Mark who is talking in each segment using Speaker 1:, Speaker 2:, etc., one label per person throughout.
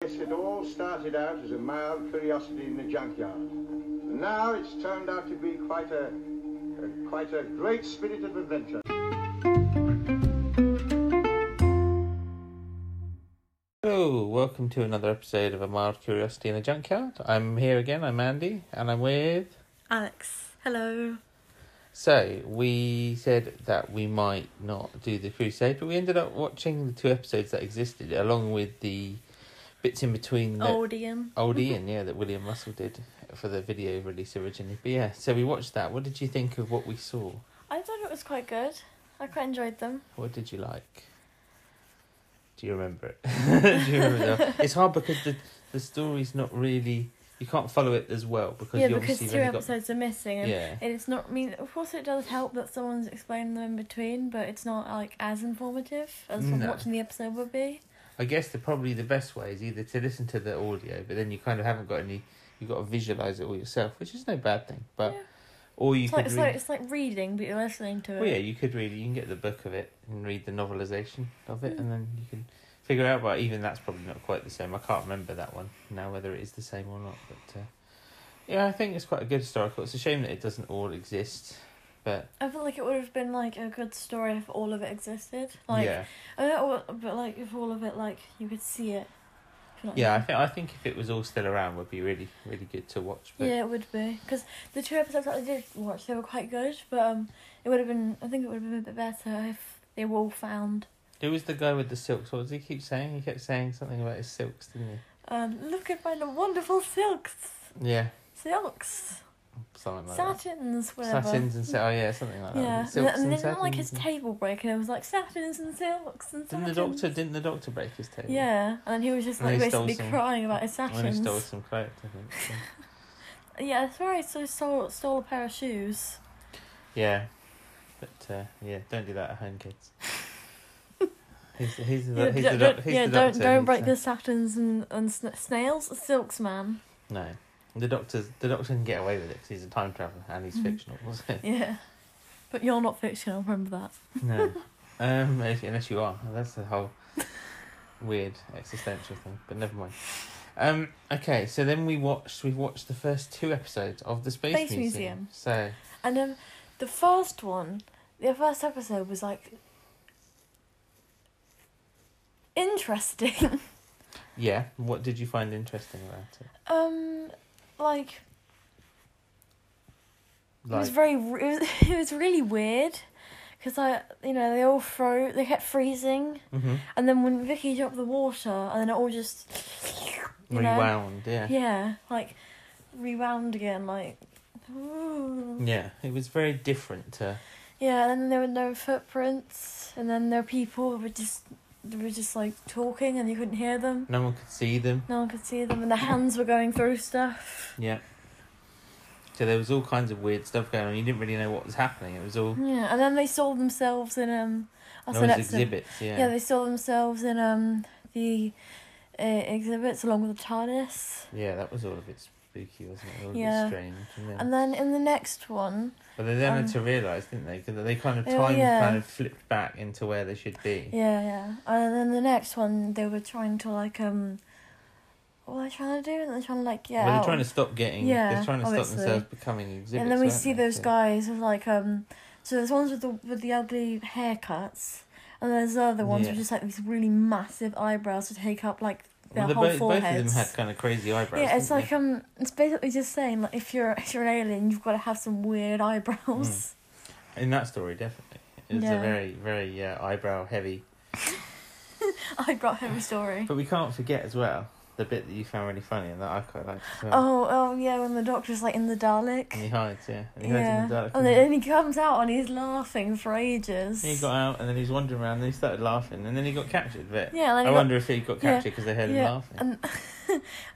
Speaker 1: it all started out as a mild curiosity in the junkyard. And now it's turned out to be quite a, a quite a great spirit of adventure.
Speaker 2: Hello, welcome to another episode of A Mild Curiosity in the Junkyard. I'm here again, I'm Andy, and I'm with.
Speaker 3: Alex, hello.
Speaker 2: So, we said that we might not do the Crusade, but we ended up watching the two episodes that existed, along with the bits in between that
Speaker 3: Old Ian.
Speaker 2: old Ian, yeah, that William Russell did for the video release originally. But yeah, so we watched that. What did you think of what we saw?
Speaker 3: I thought it was quite good. I quite enjoyed them.
Speaker 2: What did you like? Do you remember it? Do you remember that? It's hard because the the story's not really you can't follow it as well because
Speaker 3: Yeah,
Speaker 2: you
Speaker 3: because
Speaker 2: obviously
Speaker 3: two
Speaker 2: have only got
Speaker 3: episodes are missing. And
Speaker 2: yeah
Speaker 3: It's not, I mean, of course it does help that someone's explaining them in between, but it's not like as informative as what
Speaker 2: No.
Speaker 3: watching the episode would be.
Speaker 2: I guess the probably the best way is either to listen to the audio, but then you kind of haven't got any. You've got to visualize it all yourself, which is no bad thing. But
Speaker 3: Yeah.
Speaker 2: or you
Speaker 3: It's
Speaker 2: could
Speaker 3: like, it's,
Speaker 2: read.
Speaker 3: like, it's like reading, but you're listening to it.
Speaker 2: well, yeah, you could read. You can get the book of it and read the novelization of it,
Speaker 3: Mm.
Speaker 2: and then you can figure out. But even that's probably not quite the same. I can't remember that one now whether it is the same or not. But uh, yeah, I think it's quite a good historical. It's a shame that it doesn't all exist, but
Speaker 3: I feel like it would have been like a good story if all of it existed. Like,
Speaker 2: yeah,
Speaker 3: I don't know, what- but like if all of it, like, you could see it. if you know what I
Speaker 2: yeah. I
Speaker 3: mean.
Speaker 2: think I think if it was all still around, would be really really good to watch. But
Speaker 3: Yeah, it would be because the two episodes that I did watch, they were quite good, but um, it would have been. I think it would have been a bit better if they were all found.
Speaker 2: Who was the guy with the silks? What does he keep saying? He kept saying something about his silks, didn't
Speaker 3: Um, look at my wonderful silks,
Speaker 2: he? Yeah,
Speaker 3: silks,
Speaker 2: something like
Speaker 3: satins,
Speaker 2: that.
Speaker 3: whatever.
Speaker 2: Satins and silks. Oh yeah, something like that.
Speaker 3: Yeah, and,
Speaker 2: Silks
Speaker 3: and
Speaker 2: and
Speaker 3: they didn't like his
Speaker 2: satins.
Speaker 3: table break, and it was like satins and silks and
Speaker 2: Didn't the
Speaker 3: satins.
Speaker 2: doctor? Didn't the doctor break his table?
Speaker 3: Yeah, and then he was just
Speaker 2: And
Speaker 3: like
Speaker 2: he stole
Speaker 3: basically
Speaker 2: some-
Speaker 3: crying about his
Speaker 2: When he
Speaker 3: satins.
Speaker 2: stole some clothes, I think. so.
Speaker 3: Yeah, that's right. So he stole stole a pair of shoes.
Speaker 2: yeah, but uh, yeah, don't do that at home, kids. He's, the- he's the,
Speaker 3: Yeah,
Speaker 2: he's
Speaker 3: don't-
Speaker 2: the,
Speaker 3: don't-
Speaker 2: doc, he's
Speaker 3: yeah,
Speaker 2: the
Speaker 3: don't
Speaker 2: doctor.
Speaker 3: don't
Speaker 2: he's
Speaker 3: break
Speaker 2: the-
Speaker 3: the satins and and sna- snails, silks, man.
Speaker 2: No, the doctor's the doctor can get away with it because he's a time traveler and he's
Speaker 3: Mhm.
Speaker 2: fictional. So.
Speaker 3: Yeah. But you're not fictional, remember that.
Speaker 2: No. um, if- unless you are. That's a whole weird existential thing, but never mind. Um, okay, so then we watched we watched the first two episodes of the Space,
Speaker 3: Space
Speaker 2: Museum.
Speaker 3: Museum.
Speaker 2: So
Speaker 3: And um, the first one, the first episode was like interesting.
Speaker 2: yeah, what did you find interesting about it?
Speaker 3: um, like, it was
Speaker 2: Like
Speaker 3: very re- it was, it was really weird because I you know they all froze they kept freezing
Speaker 2: hmm
Speaker 3: and then when Vicky dropped the water and then it all just you know,
Speaker 2: rewound, yeah.
Speaker 3: yeah like rewound again like ooh.
Speaker 2: Yeah, it was very different to
Speaker 3: Yeah, and then there were no footprints, and then there were people who were just they were just like talking, and you couldn't hear them.
Speaker 2: no one could see them.
Speaker 3: No one could see them, and the hands were going through stuff.
Speaker 2: Yeah. So there was all kinds of weird stuff going on. You didn't really know what was happening. It was all
Speaker 3: Yeah, and then they saw themselves in um. that's the
Speaker 2: those
Speaker 3: next thing.
Speaker 2: exhibits, yeah.
Speaker 3: Yeah. they saw themselves in um the uh, exhibits along with the TARDIS,
Speaker 2: Yeah, that was all a bit spooky, wasn't it? All a
Speaker 3: Yeah.
Speaker 2: bit strange. yeah.
Speaker 3: and then in the next one,
Speaker 2: But they then had
Speaker 3: Um,
Speaker 2: to realise, didn't they? 'Cause they kind of
Speaker 3: Oh,
Speaker 2: time
Speaker 3: yeah.
Speaker 2: kind of flipped back into where they should be.
Speaker 3: yeah, yeah, and then the next one they were trying to like um. What were they trying to do? They're trying to like get
Speaker 2: well,
Speaker 3: out.
Speaker 2: they're trying to stop getting.
Speaker 3: Yeah,
Speaker 2: they're trying to
Speaker 3: obviously.
Speaker 2: stop themselves becoming exhibits.
Speaker 3: and then we
Speaker 2: aren't
Speaker 3: see
Speaker 2: they?
Speaker 3: those
Speaker 2: So-
Speaker 3: guys with like um so there's ones with the with the ugly haircuts and there's other ones
Speaker 2: Yeah.
Speaker 3: with just like these really massive eyebrows to take up like their
Speaker 2: Well, they
Speaker 3: whole
Speaker 2: both, both of
Speaker 3: foreheads.
Speaker 2: them had kind of crazy eyebrows.
Speaker 3: yeah, it's
Speaker 2: didn't
Speaker 3: like um it's basically just saying like if you're if you're an alien you've got to have some weird eyebrows.
Speaker 2: they? in that story definitely. It's a
Speaker 3: Yeah.
Speaker 2: very, very uh, eyebrow heavy. Hmm.
Speaker 3: Eyebrow heavy story.
Speaker 2: But we can't forget as well the bit that you found really funny and that I quite liked as well.
Speaker 3: Oh oh yeah, when the doctor's like in the Dalek.
Speaker 2: And he hides, yeah. And he hides in the
Speaker 3: yeah, Oh,
Speaker 2: dark.
Speaker 3: and
Speaker 2: and
Speaker 3: then he comes out and he's laughing for ages.
Speaker 2: he got out and then he's wandering around and he started laughing and then he got captured. But
Speaker 3: yeah, and then
Speaker 2: I
Speaker 3: he got
Speaker 2: wonder if he got
Speaker 3: yeah,
Speaker 2: captured because they heard him
Speaker 3: yeah,
Speaker 2: laughing.
Speaker 3: And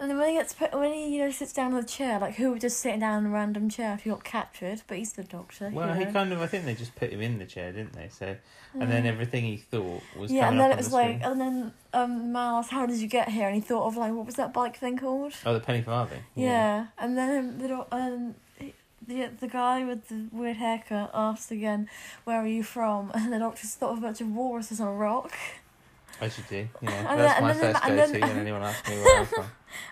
Speaker 3: and then when he gets put, when he you know sits down on the chair, like who would just sit down in a random chair if he got captured? But he's the doctor. you
Speaker 2: Well, he
Speaker 3: know.
Speaker 2: kind of, I think they just put him in the chair, didn't they? So, and then
Speaker 3: Mm.
Speaker 2: everything he thought was
Speaker 3: yeah,
Speaker 2: coming
Speaker 3: and
Speaker 2: up
Speaker 3: then it
Speaker 2: on
Speaker 3: was
Speaker 2: the
Speaker 3: like,
Speaker 2: screen.
Speaker 3: and then um, Mal asked, "How did you get here?" And he thought of like, what was that bike thing called?
Speaker 2: oh, the penny farthing.
Speaker 3: Yeah, and then the doc- um, the the guy with the weird haircut asked again, "Where are you from?" And the doctor just thought of a bunch of walruses on a rock.
Speaker 2: As you do, yeah.
Speaker 3: And
Speaker 2: That's
Speaker 3: then-
Speaker 2: my
Speaker 3: and then-
Speaker 2: first
Speaker 3: and
Speaker 2: go to
Speaker 3: then-
Speaker 2: when anyone asks me where I'm from.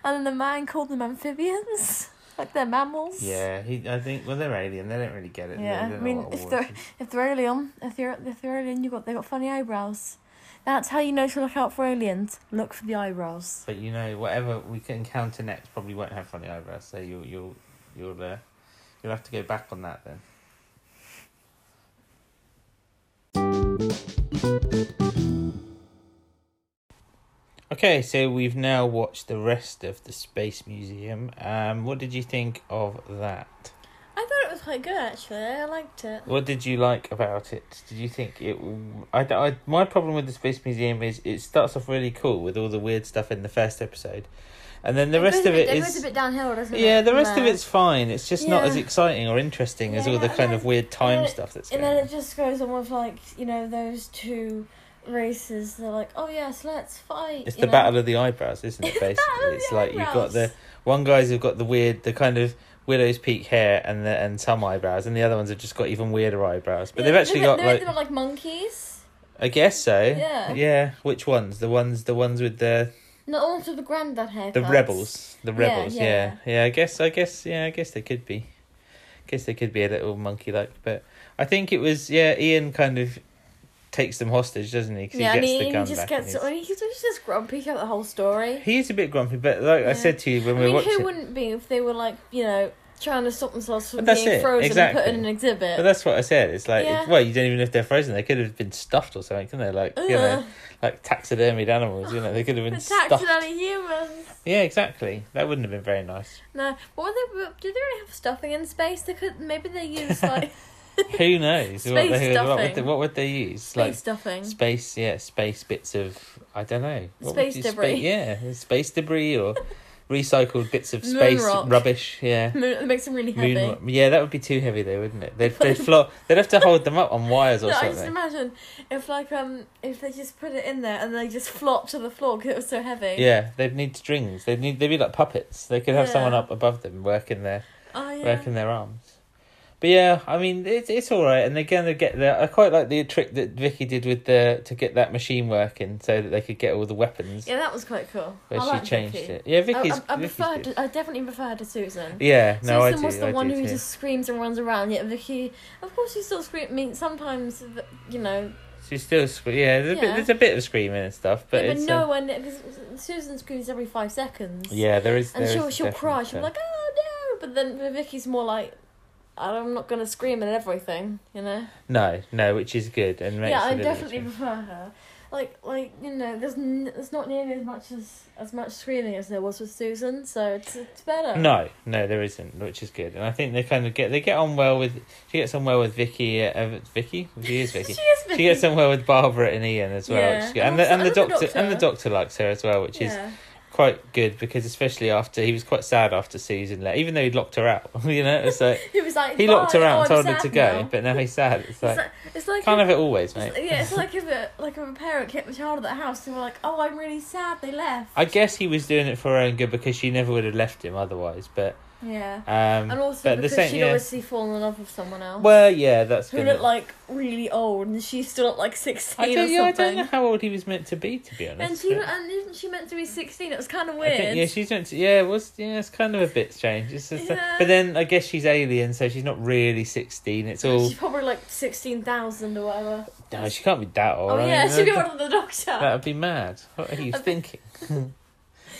Speaker 3: And then the man called them amphibians, like they're mammals.
Speaker 2: Yeah, he, I think, well, they're alien. They don't really get it. They
Speaker 3: Yeah, I
Speaker 2: don't know
Speaker 3: mean,
Speaker 2: what a
Speaker 3: if
Speaker 2: wolf
Speaker 3: they're-
Speaker 2: is.
Speaker 3: If they're alien, if they're if they're alien, you got they got funny eyebrows. That's how you know to look out for aliens. Look for the eyebrows.
Speaker 2: But you know, whatever we can encounter next probably won't have funny eyebrows. So you'll you'll you'll uh, you'll have to go back on that then. Okay, so we've now watched the rest of the Space Museum. Um, what did you think of that?
Speaker 3: I thought it was quite good actually. I liked it.
Speaker 2: What did you like about it? Did you think it? I, I my problem with the Space Museum is it starts off really cool with all the weird stuff in the first episode, and then the rest of it
Speaker 3: goes a
Speaker 2: is
Speaker 3: bit downhill, doesn't it?
Speaker 2: yeah. The rest of
Speaker 3: There.
Speaker 2: it's fine. It's just not as
Speaker 3: Yeah.
Speaker 2: exciting or interesting as
Speaker 3: Yeah,
Speaker 2: all the
Speaker 3: and
Speaker 2: kind of
Speaker 3: then-
Speaker 2: weird time
Speaker 3: then it-
Speaker 2: stuff that's
Speaker 3: And
Speaker 2: going.
Speaker 3: then
Speaker 2: on.
Speaker 3: it just goes on with like you know those two races. They're like, oh yes, let's fight.
Speaker 2: It's
Speaker 3: you
Speaker 2: the
Speaker 3: know?
Speaker 2: battle of the eyebrows, isn't
Speaker 3: It's
Speaker 2: it?
Speaker 3: the battle
Speaker 2: Basically,
Speaker 3: of
Speaker 2: it's
Speaker 3: the
Speaker 2: like you've got the
Speaker 3: eyebrows.
Speaker 2: one guys have got the weird, the kind of widow's peak hair and the and some eyebrows, and the other ones have just got even weirder eyebrows. But
Speaker 3: Yeah,
Speaker 2: they've actually
Speaker 3: they're,
Speaker 2: got
Speaker 3: they're,
Speaker 2: like
Speaker 3: they're like monkeys.
Speaker 2: I guess so.
Speaker 3: Yeah.
Speaker 2: Yeah. Which ones? The ones the ones with the
Speaker 3: No, all with the granddad haircuts.
Speaker 2: the rebels. The
Speaker 3: Yeah,
Speaker 2: rebels, yeah yeah.
Speaker 3: yeah.
Speaker 2: I guess I guess yeah, I guess they could be. I guess they could be a little monkey like, but I think it was yeah, Ian kind of takes them hostage, doesn't he? 'Cause
Speaker 3: Yeah,
Speaker 2: he
Speaker 3: and
Speaker 2: gets
Speaker 3: he,
Speaker 2: the
Speaker 3: and
Speaker 2: gun
Speaker 3: he
Speaker 2: back.
Speaker 3: just gets.
Speaker 2: and
Speaker 3: and he's just just grumpy throughout the whole story.
Speaker 2: he's- he is a bit grumpy, but like I
Speaker 3: Yeah.
Speaker 2: said to you when
Speaker 3: I
Speaker 2: we
Speaker 3: mean,
Speaker 2: were watching
Speaker 3: who wouldn't be if they were like you know trying to stop themselves from
Speaker 2: But that's
Speaker 3: being
Speaker 2: it,
Speaker 3: frozen
Speaker 2: exactly.
Speaker 3: and put in an exhibit?
Speaker 2: But that's what I said. It's like,
Speaker 3: Yeah.
Speaker 2: it- well, you don't even know if they're frozen. They could have been stuffed or something, couldn't they? Like, you know,
Speaker 3: Ugh.
Speaker 2: like taxidermied animals. You know, they could have been
Speaker 3: Attacked
Speaker 2: stuffed.
Speaker 3: on humans.
Speaker 2: Yeah, exactly. That wouldn't have been very nice.
Speaker 3: No, what were they? Did they really have stuffing in space? They could maybe they use like
Speaker 2: Who knows? what,
Speaker 3: Space
Speaker 2: they, what, would
Speaker 3: stuffing.
Speaker 2: they, what would they use?
Speaker 3: space stuffing.
Speaker 2: like space, yeah, space bits of I don't know. What would
Speaker 3: Space
Speaker 2: you spa-
Speaker 3: debris.
Speaker 2: yeah, space debris or recycled bits of space
Speaker 3: rock.
Speaker 2: rubbish. Yeah.
Speaker 3: Moon, it makes them really heavy.
Speaker 2: Moon, ro- yeah, that would be too heavy though, wouldn't it? They'd they'd flop. They'd have to hold them up on wires or
Speaker 3: No,
Speaker 2: something.
Speaker 3: I just imagine if like um if they just put it in there and they just flopped to the floor because it was so heavy.
Speaker 2: Yeah, they'd need strings. They'd need. They'd be like puppets. They could have someone
Speaker 3: Yeah.
Speaker 2: up above them working their
Speaker 3: Oh yeah.
Speaker 2: working their arms. But yeah, I mean it's it's all right, and they're gonna get there. I quite like the trick that Vicky did with the to get that machine working so that they could get all the weapons.
Speaker 3: Yeah, that was quite cool.
Speaker 2: Where
Speaker 3: I
Speaker 2: she
Speaker 3: like
Speaker 2: changed
Speaker 3: Vicky. Oh,
Speaker 2: it. Yeah,
Speaker 3: I-
Speaker 2: Vicky's.
Speaker 3: I, I
Speaker 2: Vicky's
Speaker 3: prefer.
Speaker 2: good.
Speaker 3: To, I definitely prefer her to Susan.
Speaker 2: Yeah, no, I
Speaker 3: Susan
Speaker 2: do.
Speaker 3: was the
Speaker 2: I
Speaker 3: one
Speaker 2: do
Speaker 3: who
Speaker 2: too.
Speaker 3: just screams and runs around. Yeah, Vicky. Of course, she still screams. I mean, sometimes you know,
Speaker 2: She's still sc- yeah. There's a bit.
Speaker 3: Yeah.
Speaker 2: There's a bit of screaming and stuff, but
Speaker 3: but,
Speaker 2: it's.
Speaker 3: no
Speaker 2: uh,
Speaker 3: one. Because Susan screams every five seconds.
Speaker 2: yeah, there is.
Speaker 3: And
Speaker 2: there
Speaker 3: she'll
Speaker 2: is
Speaker 3: she'll cry. She'll
Speaker 2: definitely
Speaker 3: be like, oh no! But then with Vicky's more like, I'm not gonna scream at everything, you know.
Speaker 2: some- No, no, which is good and makes
Speaker 3: yeah,
Speaker 2: it a
Speaker 3: I
Speaker 2: bit
Speaker 3: definitely
Speaker 2: interesting.
Speaker 3: prefer her. Like like you know, there's n- there's not nearly as much as as much screaming as there was with Susan, so it's it's better.
Speaker 2: No, no, there isn't, which is good, and I think they kind of get they get on well with she gets on well with Vicky, uh, uh, Vicky, she is Vicky.
Speaker 3: she is Vicky.
Speaker 2: She gets on well with Barbara and Ian as well, which is
Speaker 3: Yeah.
Speaker 2: good. and
Speaker 3: And
Speaker 2: the
Speaker 3: also-
Speaker 2: and the
Speaker 3: and the
Speaker 2: doctor and the
Speaker 3: doctor.
Speaker 2: doctor likes her as well, which is
Speaker 3: Yeah.
Speaker 2: quite good because especially after he was quite sad after Susan left, even though he'd locked her out, you know, it's like
Speaker 3: He was like
Speaker 2: he locked her
Speaker 3: "Bye,
Speaker 2: out, and
Speaker 3: oh, I'm
Speaker 2: told her
Speaker 3: sad
Speaker 2: to go,
Speaker 3: now."
Speaker 2: but now he's sad. It's
Speaker 3: it's
Speaker 2: like
Speaker 3: like, it's like
Speaker 2: can't
Speaker 3: if-
Speaker 2: have it always,
Speaker 3: it's-
Speaker 2: mate.
Speaker 3: yeah, it's like if a like if a parent kept a child at the house and were like, "Oh, I'm really sad they left."
Speaker 2: I guess he was doing it for her own good because she never would have left him otherwise, but
Speaker 3: yeah,
Speaker 2: um,
Speaker 3: and also
Speaker 2: but
Speaker 3: because
Speaker 2: the same,
Speaker 3: she'd
Speaker 2: yeah.
Speaker 3: obviously fallen in love with someone else.
Speaker 2: Well, yeah, that's
Speaker 3: who
Speaker 2: gonna-
Speaker 3: looked like really old, and she's still at like sixteen
Speaker 2: I
Speaker 3: or
Speaker 2: don't,
Speaker 3: something.
Speaker 2: yeah, I don't know how old he was meant to be, to be honest.
Speaker 3: and she
Speaker 2: but-
Speaker 3: and isn't she meant to be sixteen? It was kind of
Speaker 2: I
Speaker 3: weird.
Speaker 2: think, yeah, she's meant to. Yeah, it was. Yeah, it's kind of a bit strange. It's just, uh,
Speaker 3: Yeah.
Speaker 2: But then I guess she's alien, so she's not really sixteen. It's all.
Speaker 3: she's probably like sixteen thousand or whatever.
Speaker 2: No, she can't be that old.
Speaker 3: Oh
Speaker 2: Oh, I
Speaker 3: yeah,
Speaker 2: mean,
Speaker 3: she'd be
Speaker 2: that-
Speaker 3: one of the doctor.
Speaker 2: That would be mad. What are you
Speaker 3: I
Speaker 2: thinking?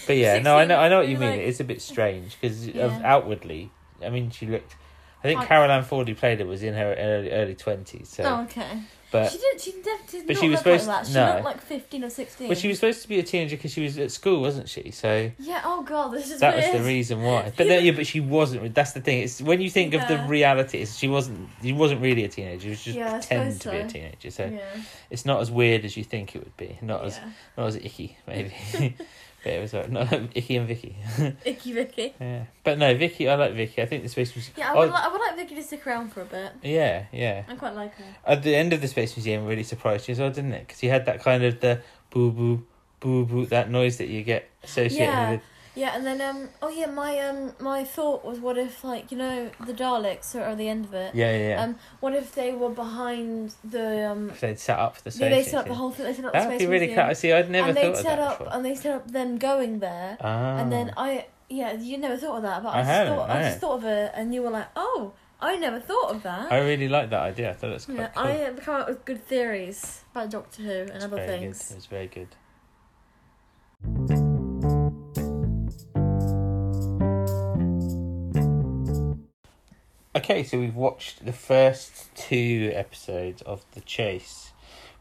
Speaker 2: but yeah, no, I know. I know what you
Speaker 3: 16,
Speaker 2: mean.
Speaker 3: like-
Speaker 2: it's a bit strange because
Speaker 3: Yeah.
Speaker 2: outwardly, I mean, she looked. I think
Speaker 3: I-
Speaker 2: Caroline Ford, who played her, was in her early early twenties. So,
Speaker 3: oh okay.
Speaker 2: but
Speaker 3: she did. She definitely did
Speaker 2: but
Speaker 3: not
Speaker 2: she was
Speaker 3: look like
Speaker 2: supposed-
Speaker 3: that. She
Speaker 2: no.
Speaker 3: looked like fifteen or sixteen.
Speaker 2: well, she was supposed to be a teenager because she was at school, wasn't she? So.
Speaker 3: Yeah. Oh god, this is
Speaker 2: That
Speaker 3: weird.
Speaker 2: was the reason why. But then, yeah, but she wasn't. That's the thing. It's when you think of the
Speaker 3: Yeah.
Speaker 2: realities, she wasn't. She wasn't really a teenager. She was just
Speaker 3: Yeah, I
Speaker 2: pretend to
Speaker 3: suppose
Speaker 2: be a
Speaker 3: so.
Speaker 2: teenager. So
Speaker 3: Yeah.
Speaker 2: it's not as weird as you think it would be. Not as
Speaker 3: yeah.
Speaker 2: not as icky maybe. but it was all right. not icky and Vicky.
Speaker 3: Icky Vicky.
Speaker 2: yeah. But no, Vicky. I like Vicky. I think the space museum.
Speaker 3: Yeah, I would, like, I would like Vicky to stick around for a bit.
Speaker 2: yeah, yeah.
Speaker 3: I quite like her.
Speaker 2: At the end of the space museum, really surprised you as well, didn't it? Because you had that kind of the boo boo boo boo that noise that you get associated
Speaker 3: Yeah.
Speaker 2: with
Speaker 3: Yeah, and then um oh yeah, my um my thought was what if like you know the Daleks are at the end of it.
Speaker 2: Yeah, yeah. yeah.
Speaker 3: Um, what if they were behind the um?
Speaker 2: if they'd set up the
Speaker 3: They,
Speaker 2: space.
Speaker 3: they set up the
Speaker 2: station.
Speaker 3: whole thing. They set up the
Speaker 2: That'd be
Speaker 3: space
Speaker 2: really
Speaker 3: museum,
Speaker 2: cool. See, I'd never
Speaker 3: and
Speaker 2: thought
Speaker 3: they'd
Speaker 2: of
Speaker 3: set
Speaker 2: that
Speaker 3: up
Speaker 2: before.
Speaker 3: and they set up them going there.
Speaker 2: Ah.
Speaker 3: And then I yeah, you never thought of that, but
Speaker 2: I
Speaker 3: I, just
Speaker 2: haven't,
Speaker 3: thought I
Speaker 2: no.
Speaker 3: just thought of it, and you were like, oh, I never thought of that.
Speaker 2: Ah, I really like that idea. I thought it's quite
Speaker 3: yeah,
Speaker 2: cool.
Speaker 3: I have come up with good theories about Doctor Who and other
Speaker 2: very
Speaker 3: things.
Speaker 2: Good. It's very good. Okay, so we've watched the first two episodes of The Chase,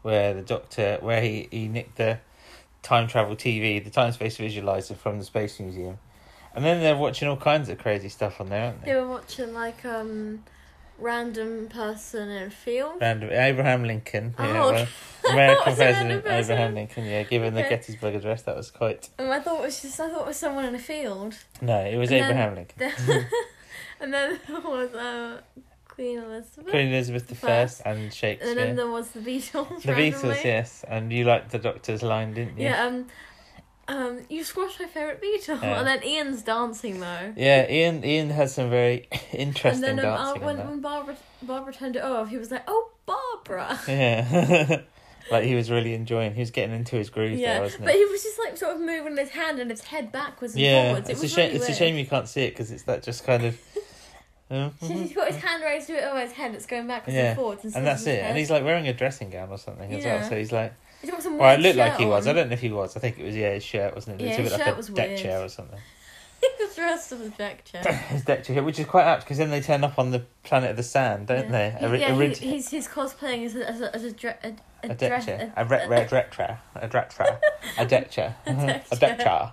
Speaker 2: where the Doctor, where he, he nicked the time travel TV, the time space visualizer from the Space Museum. And then they're watching all kinds of crazy stuff on there, aren't they?
Speaker 3: They were watching like um, random person in film.
Speaker 2: Random, Abraham Lincoln. Yeah,
Speaker 3: Oh,
Speaker 2: well,
Speaker 3: okay.
Speaker 2: American
Speaker 3: What's a random
Speaker 2: President
Speaker 3: person?
Speaker 2: Abraham Lincoln, yeah, given the
Speaker 3: Okay.
Speaker 2: Gettysburg Address, that was quite
Speaker 3: Um, I thought it was just I thought it was someone in a field.
Speaker 2: No, it was
Speaker 3: And then-
Speaker 2: Abraham Lincoln.
Speaker 3: Then- and then there was um, Queen Elizabeth.
Speaker 2: Queen Elizabeth I
Speaker 3: Hmm? First.
Speaker 2: and Shakespeare.
Speaker 3: and then there was the Beatles.
Speaker 2: the
Speaker 3: randomly.
Speaker 2: Beatles, yes. And you liked the Doctor's line, didn't you?
Speaker 3: Yeah. Um, um, you squashed my favorite Beatle,
Speaker 2: Yeah.
Speaker 3: and then Ian's dancing though.
Speaker 2: Yeah, Ian Ian has some very
Speaker 3: And
Speaker 2: interesting
Speaker 3: then um, uh,
Speaker 2: dancing.
Speaker 3: when,
Speaker 2: on
Speaker 3: when Barbara Barbara turned it off, he was like, "Oh, Barbara."
Speaker 2: that. Yeah. like he was really enjoying he was getting into his groove there,
Speaker 3: Yeah,
Speaker 2: wasn't
Speaker 3: but
Speaker 2: it?
Speaker 3: he was just like sort of moving his hand and his head backwards and
Speaker 2: yeah,
Speaker 3: forwards. It
Speaker 2: it's a
Speaker 3: was
Speaker 2: shame.
Speaker 3: really
Speaker 2: it's
Speaker 3: weird.
Speaker 2: a shame you can't see it because it's that just kind of, Um,
Speaker 3: He's got his hand raised to it over his head. It's going backwards
Speaker 2: Yeah,
Speaker 3: and forwards, and,
Speaker 2: and that's it. And
Speaker 3: he's
Speaker 2: he's like wearing a dressing gown or something as
Speaker 3: Yeah.
Speaker 2: well. So he's like,
Speaker 3: he's got some
Speaker 2: well, it looked
Speaker 3: weird
Speaker 2: like
Speaker 3: shirt
Speaker 2: he was. I
Speaker 3: on.
Speaker 2: don't know if he was. I think it was yeah, his shirt wasn't it?
Speaker 3: Yeah,
Speaker 2: It's a
Speaker 3: his
Speaker 2: bit like
Speaker 3: shirt
Speaker 2: a
Speaker 3: was
Speaker 2: deck
Speaker 3: weird.
Speaker 2: chair or something.
Speaker 3: the rest of his deck chair.
Speaker 2: his deck to here, which is quite apt because then they turn up on the planet of the sand, don't
Speaker 3: yeah.
Speaker 2: they?
Speaker 3: He-
Speaker 2: A, ri-
Speaker 3: yeah,
Speaker 2: a,
Speaker 3: he-
Speaker 2: rid-
Speaker 3: he's he's cosplaying as a as a as a, dre- a, a,
Speaker 2: a
Speaker 3: dress-
Speaker 2: deck chair, a ret ret retra, a retra, a deck chair,
Speaker 3: deck
Speaker 2: a deck
Speaker 3: chair.
Speaker 2: chair.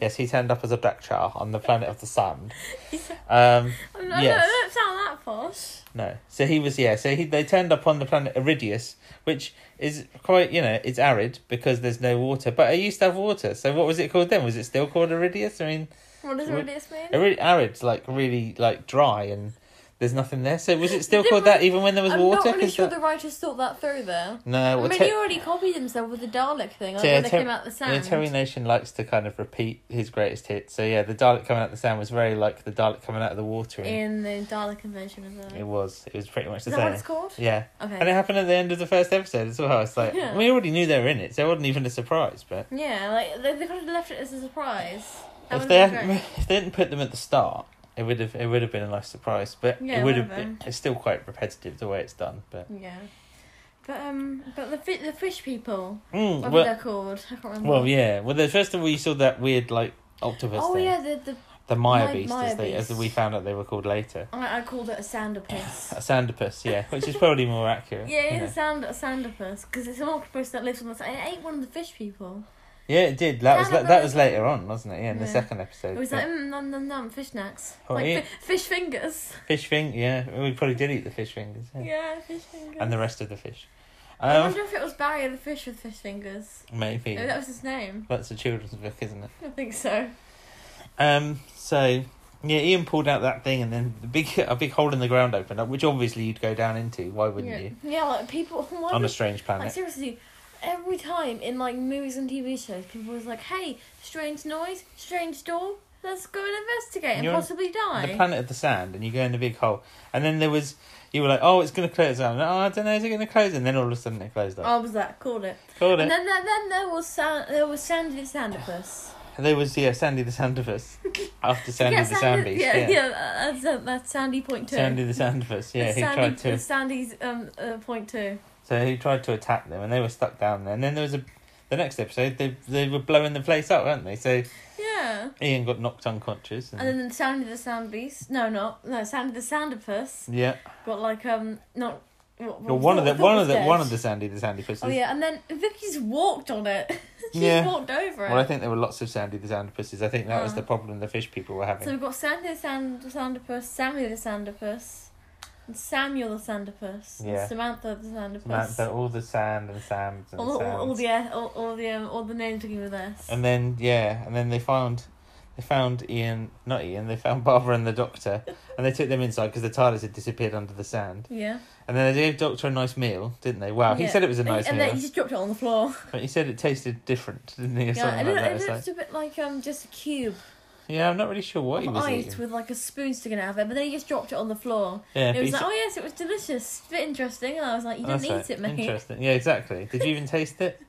Speaker 2: Yes, he turned up as a deck chair on the planet of the sand.
Speaker 3: He's a-
Speaker 2: Um,
Speaker 3: I'm not,
Speaker 2: Yes.
Speaker 3: I don't sound that posh.
Speaker 2: no, so he was yeah. So he they turned up on the planet Iridius, which is quite you know it's arid because there's no water. But it used to have water. So what was it called then? Was it still called Iridius? I mean,
Speaker 3: What does
Speaker 2: Well,
Speaker 3: Rudius mean?
Speaker 2: Arid, arid's like really like dry and there's nothing there. So was it still
Speaker 3: They
Speaker 2: called
Speaker 3: were-
Speaker 2: that even when there was
Speaker 3: I'm
Speaker 2: water?
Speaker 3: not really
Speaker 2: 'Cause
Speaker 3: sure
Speaker 2: that-
Speaker 3: the writers thought that through there.
Speaker 2: No,
Speaker 3: I
Speaker 2: well,
Speaker 3: mean,
Speaker 2: Ter-
Speaker 3: he already copied himself with the Dalek thing, like
Speaker 2: So, yeah,
Speaker 3: when they
Speaker 2: Ter-
Speaker 3: came out the
Speaker 2: yeah,
Speaker 3: sand.
Speaker 2: Terry Nation likes to kind of repeat his greatest hit. So yeah, the Dalek coming out the sand was very like the Dalek coming out of the water. And
Speaker 3: in the Dalek convention as well.
Speaker 2: It was. It was pretty much
Speaker 3: Is
Speaker 2: the
Speaker 3: that
Speaker 2: same.
Speaker 3: what it's called?
Speaker 2: Yeah, and it
Speaker 3: Okay.
Speaker 2: happened at the end of the first episode as well. It's like
Speaker 3: Yeah.
Speaker 2: we already knew they were in it, so it wasn't even a surprise. But
Speaker 3: Yeah, like they, they could have left it as a surprise. That
Speaker 2: if
Speaker 3: would've
Speaker 2: they
Speaker 3: been
Speaker 2: hadn't,
Speaker 3: great.
Speaker 2: if they didn't put them at the start, it would have it would have been a nice surprise. But
Speaker 3: Yeah,
Speaker 2: it
Speaker 3: it
Speaker 2: would
Speaker 3: would've
Speaker 2: have been. It's still quite repetitive the way it's done. But
Speaker 3: Yeah. But um, but the fi- the fish people,
Speaker 2: Mm,
Speaker 3: what
Speaker 2: well,
Speaker 3: they're called, I can't remember.
Speaker 2: well, yeah. Well, the, first of all, you saw that weird like octopus
Speaker 3: Oh
Speaker 2: thing,
Speaker 3: yeah, the the
Speaker 2: the Maya
Speaker 3: My-
Speaker 2: beast,
Speaker 3: Maya
Speaker 2: as they as
Speaker 3: beast.
Speaker 2: we found out they were called later.
Speaker 3: I, I called it a sandopus.
Speaker 2: A sandipus, yeah, which is probably more accurate.
Speaker 3: yeah,
Speaker 2: you
Speaker 3: it's
Speaker 2: know.
Speaker 3: a sand a sandopus because it's an octopus that lives on the sand. It ate one of the fish people.
Speaker 2: yeah, it did. That was
Speaker 3: Sand
Speaker 2: that, that
Speaker 3: and
Speaker 2: was later on, wasn't it? Yeah, in the
Speaker 3: Yeah.
Speaker 2: second episode.
Speaker 3: It was
Speaker 2: but
Speaker 3: like mm, num num num fish snacks,
Speaker 2: Oh,
Speaker 3: like
Speaker 2: yeah.
Speaker 3: fi- fish fingers.
Speaker 2: fish fing. Yeah, we probably did eat the fish fingers. Yeah,
Speaker 3: Yeah, fish fingers.
Speaker 2: and the rest of the fish.
Speaker 3: I
Speaker 2: Um,
Speaker 3: wonder if it was Barry the fish with fish fingers.
Speaker 2: maybe
Speaker 3: Maybe that was his name.
Speaker 2: that's a children's book, isn't it?
Speaker 3: I think so.
Speaker 2: Um, so yeah, Ian pulled out that thing, and then the big a big hole in the ground opened up, which obviously you'd go down into. Why wouldn't
Speaker 3: yeah.
Speaker 2: you?
Speaker 3: Yeah, like people. Why
Speaker 2: On a
Speaker 3: would-
Speaker 2: strange
Speaker 3: Like
Speaker 2: planet.
Speaker 3: seriously, every time in like movies and TV shows, people was like, "Hey, strange noise, strange door. Let's go and investigate and
Speaker 2: You're on
Speaker 3: possibly die."
Speaker 2: the planet of the sand, and you go in the big hole, and then there was you were like, oh, it's gonna close down. Oh, I don't know, is it gonna close? And then all of a sudden it closed up.
Speaker 3: I was that called it.
Speaker 2: Called it.
Speaker 3: Oh, And then there, then there was sand, there was Sandy the Sandipus.
Speaker 2: There was yeah, Sandy the Sandifus. After Sandy the Sand Beast,
Speaker 3: yeah,
Speaker 2: yeah.
Speaker 3: yeah, that's that's, that's Sandy point two.
Speaker 2: Sandy the Sandifus, yeah,
Speaker 3: That's
Speaker 2: he
Speaker 3: Sandy,
Speaker 2: tried
Speaker 3: that's
Speaker 2: to
Speaker 3: Sandy's um uh, point two.
Speaker 2: so he tried to attack them and they were stuck down there. And then there was a the next episode they they were blowing the place up, weren't they? So
Speaker 3: Yeah.
Speaker 2: Ian got knocked unconscious and,
Speaker 3: And then Sandy the Sand Beast. No, not no Sandy the Sandipus
Speaker 2: Yeah.
Speaker 3: got like um not. What,
Speaker 2: Well one of the one of the one of
Speaker 3: the.
Speaker 2: the Sandy the Sandifus's
Speaker 3: Oh yeah, and then Vicky's walked on it. She's
Speaker 2: Yeah.
Speaker 3: walked over it.
Speaker 2: Well I think there were lots of Sandy the Sandifus's. I think that was
Speaker 3: Uh.
Speaker 2: the problem the fish people were having.
Speaker 3: so we've got Sandy the Sand- Sandipus, Sammy the Sandipus, and Samuel the Sandipus,
Speaker 2: Yeah.
Speaker 3: and Samantha the Sandipus.
Speaker 2: Samantha, all the sand and sands and
Speaker 3: all, all, all
Speaker 2: sands.
Speaker 3: the uh, all, all the um, all the names begin with S.
Speaker 2: And then yeah, and then they found they found Ian, not Ian, they found Barbara and the Doctor, and they took them inside because the TARDIS had disappeared under the sand.
Speaker 3: yeah.
Speaker 2: And then they gave Doctor a nice meal, didn't they? Wow, he
Speaker 3: Yeah.
Speaker 2: said it was a nice
Speaker 3: and
Speaker 2: meal,
Speaker 3: then he just dropped it on the floor.
Speaker 2: but he said it tasted different, didn't he? Or
Speaker 3: yeah,
Speaker 2: something like
Speaker 3: it, looked,
Speaker 2: that.
Speaker 3: it
Speaker 2: It's
Speaker 3: looked
Speaker 2: like,
Speaker 3: a bit like um just a cube.
Speaker 2: Yeah, I'm not really sure what he
Speaker 3: of
Speaker 2: was
Speaker 3: ice
Speaker 2: eating.
Speaker 3: with like a spoon sticking out of it, but then he just dropped it on the floor.
Speaker 2: Yeah,
Speaker 3: it
Speaker 2: but
Speaker 3: was
Speaker 2: he's-
Speaker 3: like, oh yes, it was delicious, a bit interesting. And I was like, you
Speaker 2: That's
Speaker 3: didn't
Speaker 2: right.
Speaker 3: eat it, mate.
Speaker 2: Interesting. Yeah, exactly. Did you even taste it?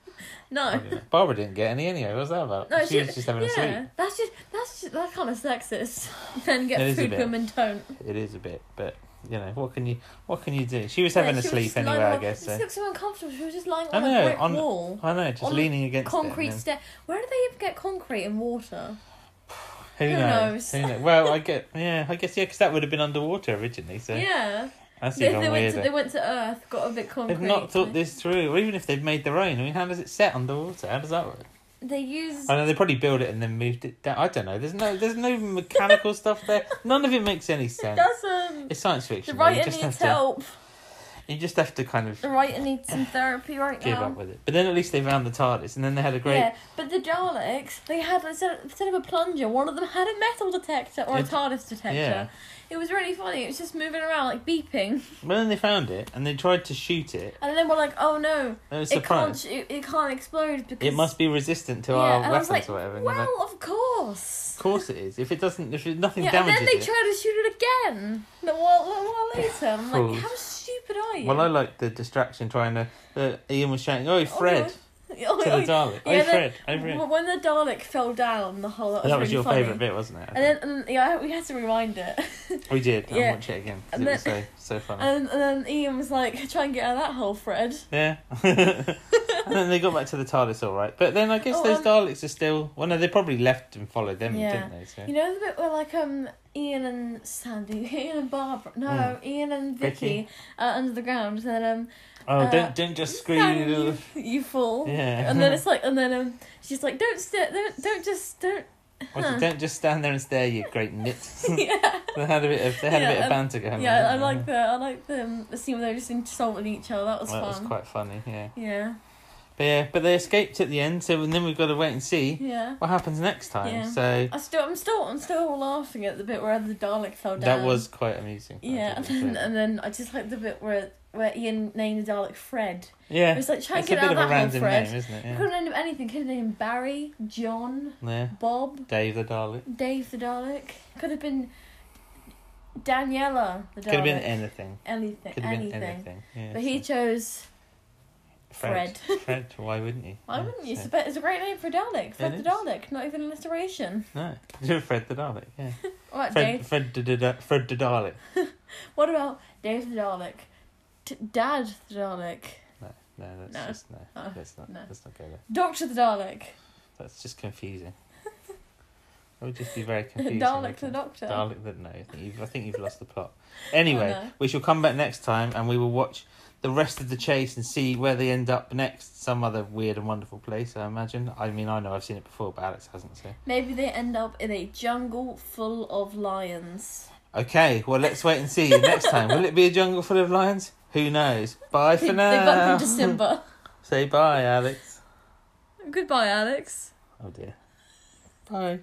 Speaker 3: No.
Speaker 2: Probably not. Barbara didn't get any anyway. What was that about?
Speaker 3: No,
Speaker 2: she was just having
Speaker 3: yeah,
Speaker 2: a
Speaker 3: That's just that's just that kind of sexist. Men
Speaker 2: It
Speaker 3: get
Speaker 2: is a
Speaker 3: food,
Speaker 2: bit.
Speaker 3: women don't.
Speaker 2: sleep. It is a bit, but you know what can you what can you do? She was having
Speaker 3: Yeah,
Speaker 2: a
Speaker 3: she was
Speaker 2: sleep
Speaker 3: just lying
Speaker 2: anyway,
Speaker 3: on-
Speaker 2: I guess.
Speaker 3: She
Speaker 2: So.
Speaker 3: looked so uncomfortable. She was just lying
Speaker 2: I
Speaker 3: on
Speaker 2: know,
Speaker 3: a brick
Speaker 2: on-
Speaker 3: wall,
Speaker 2: I know, just
Speaker 3: on
Speaker 2: leaning against it and
Speaker 3: concrete
Speaker 2: then-
Speaker 3: stair. Where do they even get concrete and water?
Speaker 2: Who,
Speaker 3: Who
Speaker 2: knows?
Speaker 3: knows?
Speaker 2: Who knows? Well, I get yeah, I guess yeah, because that would have been underwater originally. So
Speaker 3: yeah,
Speaker 2: that's
Speaker 3: they,
Speaker 2: even
Speaker 3: they went
Speaker 2: weirder.
Speaker 3: to they went to Earth, got a bit concrete.
Speaker 2: They've not thought this through, or even if they've made their own. I mean, how does it set underwater? How does that work?
Speaker 3: They used
Speaker 2: I know they probably built it and then moved it down. I don't know. There's no, there's no mechanical stuff there. None of it makes any
Speaker 3: it
Speaker 2: sense.
Speaker 3: doesn't.
Speaker 2: It's science
Speaker 3: The
Speaker 2: fiction. though. you
Speaker 3: writer
Speaker 2: just
Speaker 3: needs
Speaker 2: have to,
Speaker 3: help.
Speaker 2: you just have to kind of
Speaker 3: The writer needs some therapy right
Speaker 2: give
Speaker 3: now.
Speaker 2: up with it. But then at least they found the TARDIS, and then they had a great.
Speaker 3: Yeah, but the Daleks, they had instead instead of a plunger, one of them had a metal detector or a
Speaker 2: It-
Speaker 3: TARDIS detector.
Speaker 2: yeah.
Speaker 3: It was really funny. It was just moving around like beeping,
Speaker 2: Well, then they found it, and they tried to shoot it.
Speaker 3: and then we're like, "Oh no,
Speaker 2: They were
Speaker 3: it can't,
Speaker 2: surprised.
Speaker 3: sh- it, it can't explode because
Speaker 2: It must be resistant to
Speaker 3: yeah."
Speaker 2: our
Speaker 3: and I
Speaker 2: weapons
Speaker 3: was like,
Speaker 2: or whatever. and you're like,
Speaker 3: "Well, of course."
Speaker 2: of course it is. If it doesn't, if it, nothing
Speaker 3: Yeah, and
Speaker 2: damages
Speaker 3: then they
Speaker 2: it.
Speaker 3: tried to shoot it again. A while, a while later, and I'm
Speaker 2: Fools.
Speaker 3: like, "How stupid are you?"
Speaker 2: Well, I like the distraction trying to. Uh, Ian was shouting, "Oh, Fred!"
Speaker 3: Oh,
Speaker 2: to
Speaker 3: oh,
Speaker 2: the Dalek.
Speaker 3: yeah,
Speaker 2: "Oh,
Speaker 3: then-
Speaker 2: Fred! Oh, Fred!"
Speaker 3: w- When the Dalek fell down, the whole that was,
Speaker 2: that was
Speaker 3: really
Speaker 2: your
Speaker 3: funny.
Speaker 2: favourite bit, wasn't it? I
Speaker 3: And then, and, yeah, we had to rewind it.
Speaker 2: think? we did. I'll
Speaker 3: yeah.
Speaker 2: watch it again. 'cause
Speaker 3: And
Speaker 2: it was so
Speaker 3: then-
Speaker 2: so funny.
Speaker 3: And, and then Ian was like, try and get out of that hole, Fred.
Speaker 2: yeah. and then they got back to the TARDIS, all right. But then I guess
Speaker 3: Oh,
Speaker 2: those
Speaker 3: um,
Speaker 2: Daleks are still. Well, no, they probably left and followed them,
Speaker 3: Yeah.
Speaker 2: didn't they? So.
Speaker 3: You know the bit where like um Ian and Sandy, Ian and Barbara, no, Ian and Vicky,
Speaker 2: Mm. Vicky.
Speaker 3: are under the ground. And then um,
Speaker 2: oh,
Speaker 3: uh,
Speaker 2: don't don't just scream.
Speaker 3: Sam,
Speaker 2: you
Speaker 3: you,
Speaker 2: little-
Speaker 3: you fall.
Speaker 2: Yeah.
Speaker 3: And then it's like, and then um, she's like, don't stare, don't, don't just, don't.
Speaker 2: What's it,
Speaker 3: huh.
Speaker 2: Don't just stand there and stare, you great nit.
Speaker 3: yeah,
Speaker 2: they had a bit of they had a
Speaker 3: Yeah,
Speaker 2: bit of
Speaker 3: um,
Speaker 2: banter going. on,
Speaker 3: yeah.
Speaker 2: didn't
Speaker 3: I
Speaker 2: they?
Speaker 3: like the, I like the, um, the scene where they're just insulting each other. That was
Speaker 2: Well, that was
Speaker 3: fun.
Speaker 2: quite funny. Yeah.
Speaker 3: Yeah,
Speaker 2: But yeah, but they escaped at the end. So and then we've got to wait and see
Speaker 3: yeah.
Speaker 2: what happens next time.
Speaker 3: Yeah.
Speaker 2: So
Speaker 3: I still, I'm still, I'm still laughing at the bit where the Dalek fell down.
Speaker 2: that was quite amusing. I
Speaker 3: Oh, Yeah, and
Speaker 2: did enjoy
Speaker 3: then,
Speaker 2: that.
Speaker 3: and then I just like the bit where where Ian named the Dalek Fred.
Speaker 2: yeah.
Speaker 3: It was like trying
Speaker 2: it's
Speaker 3: to
Speaker 2: a
Speaker 3: get out
Speaker 2: bit
Speaker 3: of
Speaker 2: of a
Speaker 3: that hole,
Speaker 2: random
Speaker 3: Fred.
Speaker 2: name, isn't it?
Speaker 3: He
Speaker 2: Yeah.
Speaker 3: Couldn't name him anything. Could have named him Barry, John,
Speaker 2: yeah.
Speaker 3: Bob,
Speaker 2: Dave the Dalek.
Speaker 3: Dave the Dalek. Could have been Daniela the Dalek.
Speaker 2: Could have been anything.
Speaker 3: anything.
Speaker 2: Could have been
Speaker 3: anything.
Speaker 2: anything. Yeah,
Speaker 3: But he
Speaker 2: so-
Speaker 3: chose Fred.
Speaker 2: Fred. Why wouldn't you?
Speaker 3: Why
Speaker 2: Yeah,
Speaker 3: wouldn't you? It's
Speaker 2: so-
Speaker 3: a bit- It's a great name for a Dalek. Fred the
Speaker 2: is.
Speaker 3: Dalek. Not even an alliteration.
Speaker 2: No, Fred the Dalek. Yeah.
Speaker 3: All right,
Speaker 2: Fred.
Speaker 3: Dave.
Speaker 2: Fred the da, da- Fred the Dalek.
Speaker 3: What about Dave the Dalek? T- Dad the Dalek.
Speaker 2: No, no, that's
Speaker 3: No.
Speaker 2: just no.
Speaker 3: Oh,
Speaker 2: Let's not.
Speaker 3: no.
Speaker 2: Let's not go there.
Speaker 3: Doctor the Dalek.
Speaker 2: That's just confusing. That would just be very confusing.
Speaker 3: Dalek
Speaker 2: wouldn't
Speaker 3: the
Speaker 2: it?
Speaker 3: Doctor.
Speaker 2: Dalek the no. I think you've, I think you've lost the plot. Anyway,
Speaker 3: Oh, no.
Speaker 2: we shall come back next time and we will watch the rest of the chase and see where they end up next. Some other weird and wonderful place, I imagine. I mean, I know I've seen it before, but Alex hasn't. So
Speaker 3: Maybe they end up in a jungle full of lions.
Speaker 2: okay, well let's wait and see next time. Will it be a jungle full of lions? Who knows? Bye
Speaker 3: They,
Speaker 2: for
Speaker 3: they bump
Speaker 2: now.
Speaker 3: into Simba.
Speaker 2: Say bye, Alex.
Speaker 3: Goodbye, Alex.
Speaker 2: Oh dear. Bye.